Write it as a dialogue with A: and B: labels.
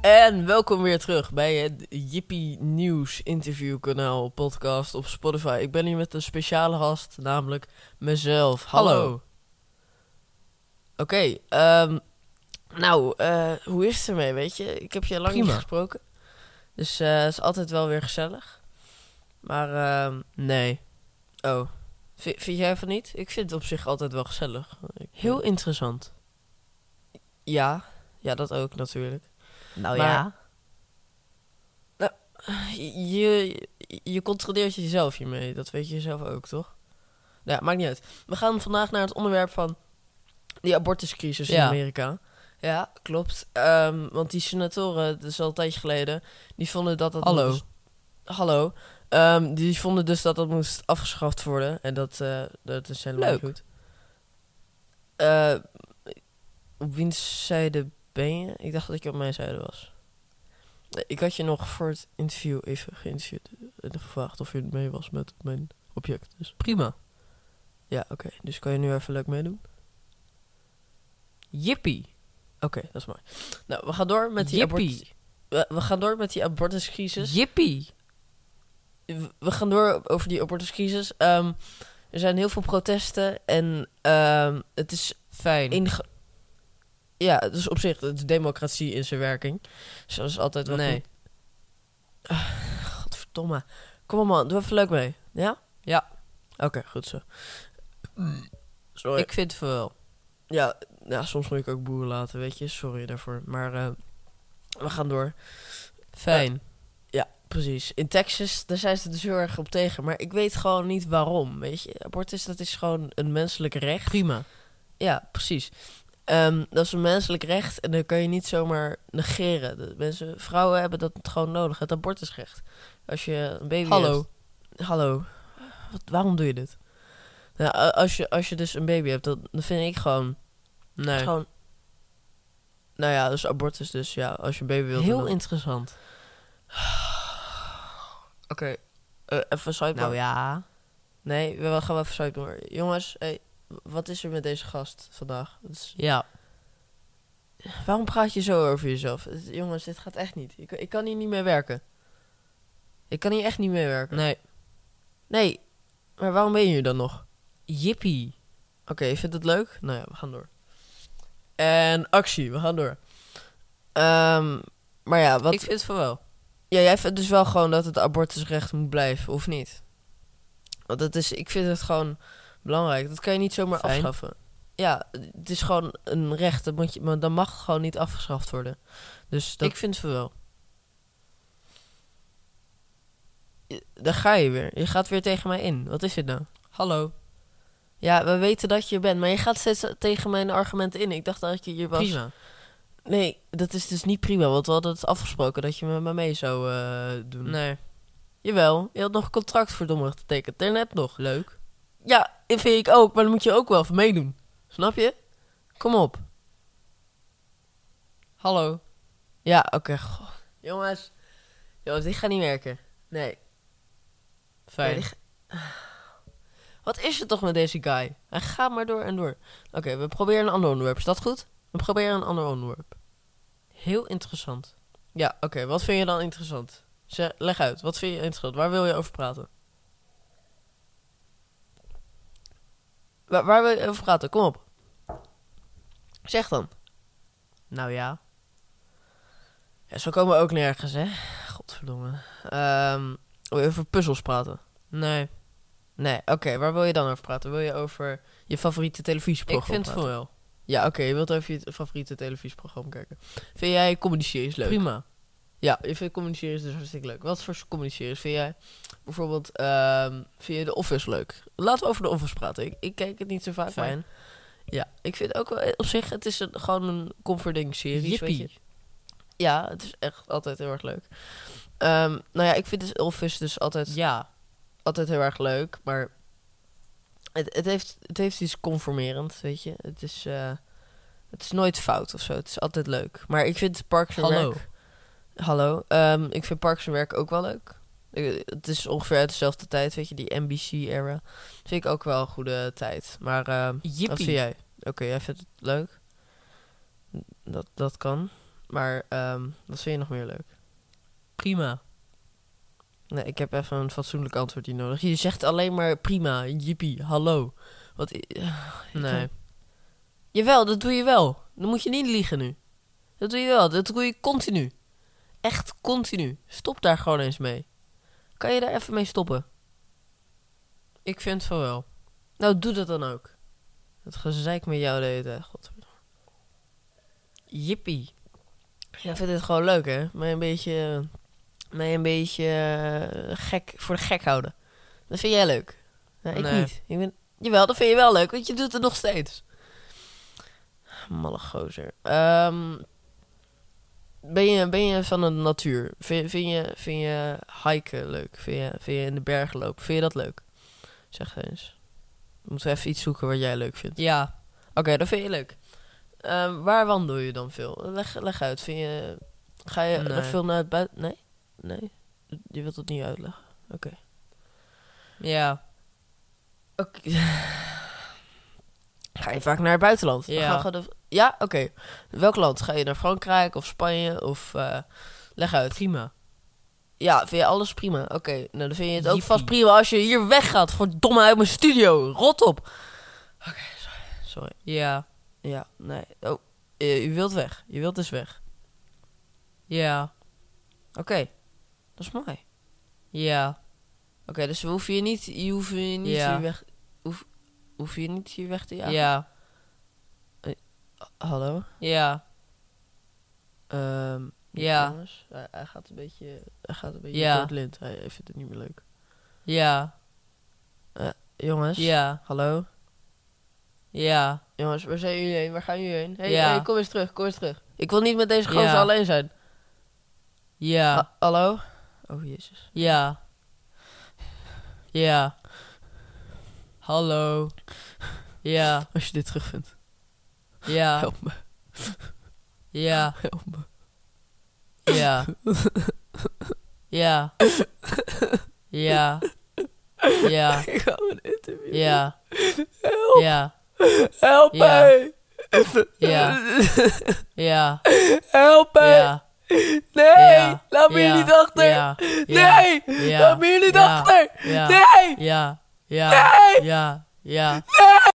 A: En welkom weer terug bij het Jippie Nieuws interviewkanaal podcast op Spotify. Ik ben hier met een speciale gast, namelijk mezelf. Hallo.
B: Hallo.
A: Oké, ehm, nou, eh, hoe is het ermee, weet je? Ik heb je lang niet
B: Prima.
A: gesproken, dus eh, het is altijd wel weer gezellig. Maar, ehm, nee. Oh, V- vind jij van niet? Ik vind het op zich altijd wel gezellig. Ik- Heel interessant. Ja, ja, dat ook natuurlijk.
B: Nou
A: Maar-
B: ja.
A: Je, je controleert jezelf hiermee, dat weet je zelf ook, toch? Nou ja, maakt niet uit. We gaan vandaag naar het onderwerp van die abortuscrisis in
B: Ja.
A: Amerika. Ja, klopt. Ehm, want die senatoren, dat is al een tijdje geleden, die vonden dat dat...
B: Hallo.
A: moest- Hallo. Ehm, die vonden dus dat dat moest afgeschaft worden. En dat, eh, dat is helemaal
B: Leuk.
A: niet goed. Eh, op wiens zijde ben je? Ik dacht dat je op mijn zijde was. Nee, Ik had je nog voor het interview even geïnterviewd en gevraagd of je mee was met mijn object. Dus
B: Prima.
A: ja, oké. Dus kan je nu even leuk meedoen?
B: Jippie.
A: Oké, dat is mooi. Nou, we gaan door met die abortus.
B: Jippie.
A: We, we gaan door met die abortuscrisis.
B: Jippie.
A: we- we gaan door over die abortuscrisis. Ehm, er zijn heel veel protesten en ehm, het is
B: Fijn.
A: inge... Ja, het is op zich de democratie in zijn werking. Zoals altijd wel
B: Nee.
A: goed. Ah, Godverdomme. Kom op man, doe even leuk mee. Ja?
B: Ja.
A: Oké, goed zo. Sorry.
B: Ik vind het wel.
A: Ja, ja, soms moet ik ook boeren laten, weet je. Sorry daarvoor. Maar eh, we gaan door. Eh,
B: Fijn.
A: Precies. In Texas, daar zijn ze dus heel erg op tegen. Maar ik weet gewoon niet waarom, weet je. Abortus, dat is gewoon een menselijk recht.
B: Prima.
A: Ja, precies. Ehm, dat is een menselijk recht en dat kan je niet zomaar negeren. De mensen, vrouwen hebben dat gewoon nodig, het abortusrecht. Als je een baby
B: Hallo.
A: hebt- Hallo. Wat, waarom doe je dit? Nou, a- als, je, als je dus een baby hebt, dat, dan vind ik gewoon...
B: Nee.
A: gewoon nou ja, dus abortus dus, ja. Als je een baby wilt...
B: Heel
A: dan-
B: interessant.
A: Oké. Eh, even sidebar.
B: Nou ja.
A: Nee, we we gaan wel even sidebar. Jongens, hey, wat is er met deze gast vandaag? Het is
B: Ja.
A: Waarom praat je zo over jezelf? Het- Jongens, dit gaat echt niet. Ik, ik kan hier niet mee werken. Ik kan hier echt niet mee werken.
B: Nee.
A: Nee, maar waarom ben je hier dan nog?
B: Jippie.
A: Oké, je vindt het leuk? Nou ja, we gaan door. En actie, we gaan door. Ehm, maar ja, wat,
B: Ik vind het van wel.
A: ja, jij vindt dus wel gewoon dat het abortusrecht moet blijven, of niet? Want dat is, ik vind het gewoon belangrijk. Dat kan je niet zomaar
B: Fijn.
A: afschaffen. Ja, het is gewoon een recht. Dat, moet je, maar dat mag gewoon niet afgeschaft worden. Dus dat,
B: Ik vind het van wel.
A: daar ga je weer. Je gaat weer tegen mij in. Wat is dit nou?
B: Hallo.
A: Ja, we weten dat je er bent, maar je gaat steeds tegen mijn argumenten in. Ik dacht dat je hier was.
B: Prima.
A: Nee, dat is dus niet prima, want we hadden het afgesproken dat je met me mee zou eh, doen.
B: Nee.
A: Jawel, je had nog een contract verdomme getekend, daarnet nog.
B: Leuk.
A: Ja, dat vind ik ook, maar dan moet je ook wel even meedoen. Snap je? Kom op.
B: Hallo.
A: Ja, oké. goh. Jongens. Jongens, dit gaat niet werken. Nee.
B: Fijn.
A: Nee, die ge- Ah. Wat is het toch met deze guy? Hij gaat maar door en door. Oké, we proberen een ander onderwerp. Is dat goed? We proberen een ander onderwerp.
B: Heel interessant.
A: Ja, oké. Wat vind je dan interessant? Zeg, leg uit. Wat vind je interessant? Waar wil je over praten? Waar, waar wil je over praten? Kom op. Zeg dan.
B: Nou ja.
A: Ja, zo komen we ook nergens, hè? Godverdomme. Ehm wil je over puzzels praten?
B: Nee.
A: Nee, oké. Waar wil je dan over praten? Wil je over je favoriete televisieprogramma
B: Ik vind het
A: praten?
B: van wel.
A: Ja, oké, je wilt even je favoriete televisieprogramma kijken. Vind jij comedy series leuk?
B: Prima.
A: Ja, je vindt comedy series dus hartstikke leuk. Wat voor comedy series vind jij? Bijvoorbeeld, ehm, vind je The Office leuk? Laten we over The Office praten. Ik, ik kijk het niet zo vaak,
B: Fijn.
A: maar... Ja, ik vind ook wel... Op zich, het is een, gewoon een comforting series, weet je.
B: Jippie.
A: Ja, het is echt altijd heel erg leuk. Ehm, nou ja, ik vind dus Office dus altijd,
B: Ja.
A: altijd heel erg leuk, maar... Het, het, heeft, het heeft iets conformerend, weet je. Het is, eh, het is nooit fout of zo. Het is altijd leuk. Maar ik vind Parks and
B: Hallo.
A: Rec- Hallo. Ehm, ik vind Parks en Werk ook wel leuk. Ik- het is ongeveer uit dezelfde tijd, weet je, die NBC-era. Vind ik ook wel een goede tijd. Maar ehm, wat
B: Jippie.
A: vind jij? Oké, jij vindt het leuk. Dat, dat kan. Maar ehm, wat vind je nog meer leuk?
B: Prima.
A: Nee, ik heb even een fatsoenlijk antwoord hier nodig. Je zegt alleen maar prima, jippie, hallo. Wat... i- eh,
B: Nee.
A: Jawel, dat doe je wel. Dan moet je niet liegen nu. Dat doe je wel. Dat doe je continu. Echt continu. Stop daar gewoon eens mee. Kan je daar even mee stoppen?
B: Ik vind van wel.
A: Nou, doe dat dan ook. Dat gezeik met jou de hele tijd. godverdomme.
B: Jippie.
A: Jij vindt het gewoon leuk, hè? Mij een beetje, mij een beetje eh, gek, voor de gek houden. Dat vind jij leuk. Nou, ik
B: Nee.
A: niet. Ik ben, jawel, dat vind je wel leuk, want je doet het nog steeds. Malle gozer. Ehm, ben, je, ben je van de natuur? Vind, vind, je, vind je hiken leuk? Vind je, vind je in de bergen lopen? Vind je dat leuk? Zeg eens. Moeten we even iets zoeken wat jij leuk vindt.
B: Ja.
A: Oké, dat vind je leuk. Ehm, waar wandel je dan veel? Leg, leg uit. Vind je, ga je
B: Nee.
A: veel naar het buiten? Nee? Nee? Je wilt het niet uitleggen.
B: Ja.
A: Oké. ga je vaak naar het buitenland? We
B: Ja.
A: gaan gewoon de- ja? Oké. Welk land? Ga je naar Frankrijk of Spanje? Of, eh, leg uit.
B: Prima.
A: Ja, vind je alles prima? Oké, nou dan vind je het ook
B: Jippie.
A: vast prima als je hier weggaat. Verdomme uit mijn studio. Rot op. Oké, sorry. Sorry.
B: Ja.
A: Ja, nee. Oh, eh, u wilt weg. Je wilt dus weg.
B: Ja.
A: Oké, dat is mooi.
B: Ja.
A: Oké, dus we hoeven je niet, je hoeft je niet
B: Ja.
A: hier weg, hoef, hoef je niet hier weg te
B: Ja.
A: jagen.
B: Ja.
A: Hallo.
B: Ja.
A: Ehm,
B: Ja.
A: jongens, hij, hij gaat een beetje, hij gaat een beetje
B: Ja.
A: door het lint. Hij, hij vindt het niet meer leuk.
B: Ja.
A: Jongens.
B: Ja.
A: Hallo.
B: Ja.
A: Jongens, waar zijn jullie heen? Waar gaan jullie heen? hey,
B: Ja.
A: hey, kom eens terug, kom eens terug. Ik wil niet met deze gozer
B: Ja.
A: alleen zijn.
B: Ja.
A: Ha- hallo. Oh jezus.
B: Ja. Ja. Hallo. Ja.
A: Als je dit terugvindt,
B: Ja.
A: help me,
B: Ja.
A: help me.
B: Ja. Ja. Ja. Ja.
A: Ik ga een interview.
B: Ja.
A: Help,
B: Ja.
A: help
B: Ja.
A: mij.
B: Ja. Ja.
A: Help mij.
B: Ja.
A: Nee,
B: Ja.
A: laat me
B: Ja.
A: hier niet achter.
B: Ja. Ja.
A: Nee,
B: Ja.
A: laat me hier niet
B: Ja.
A: achter.
B: Ja.
A: Nee.
B: Ja. Ja. Ja. Ja.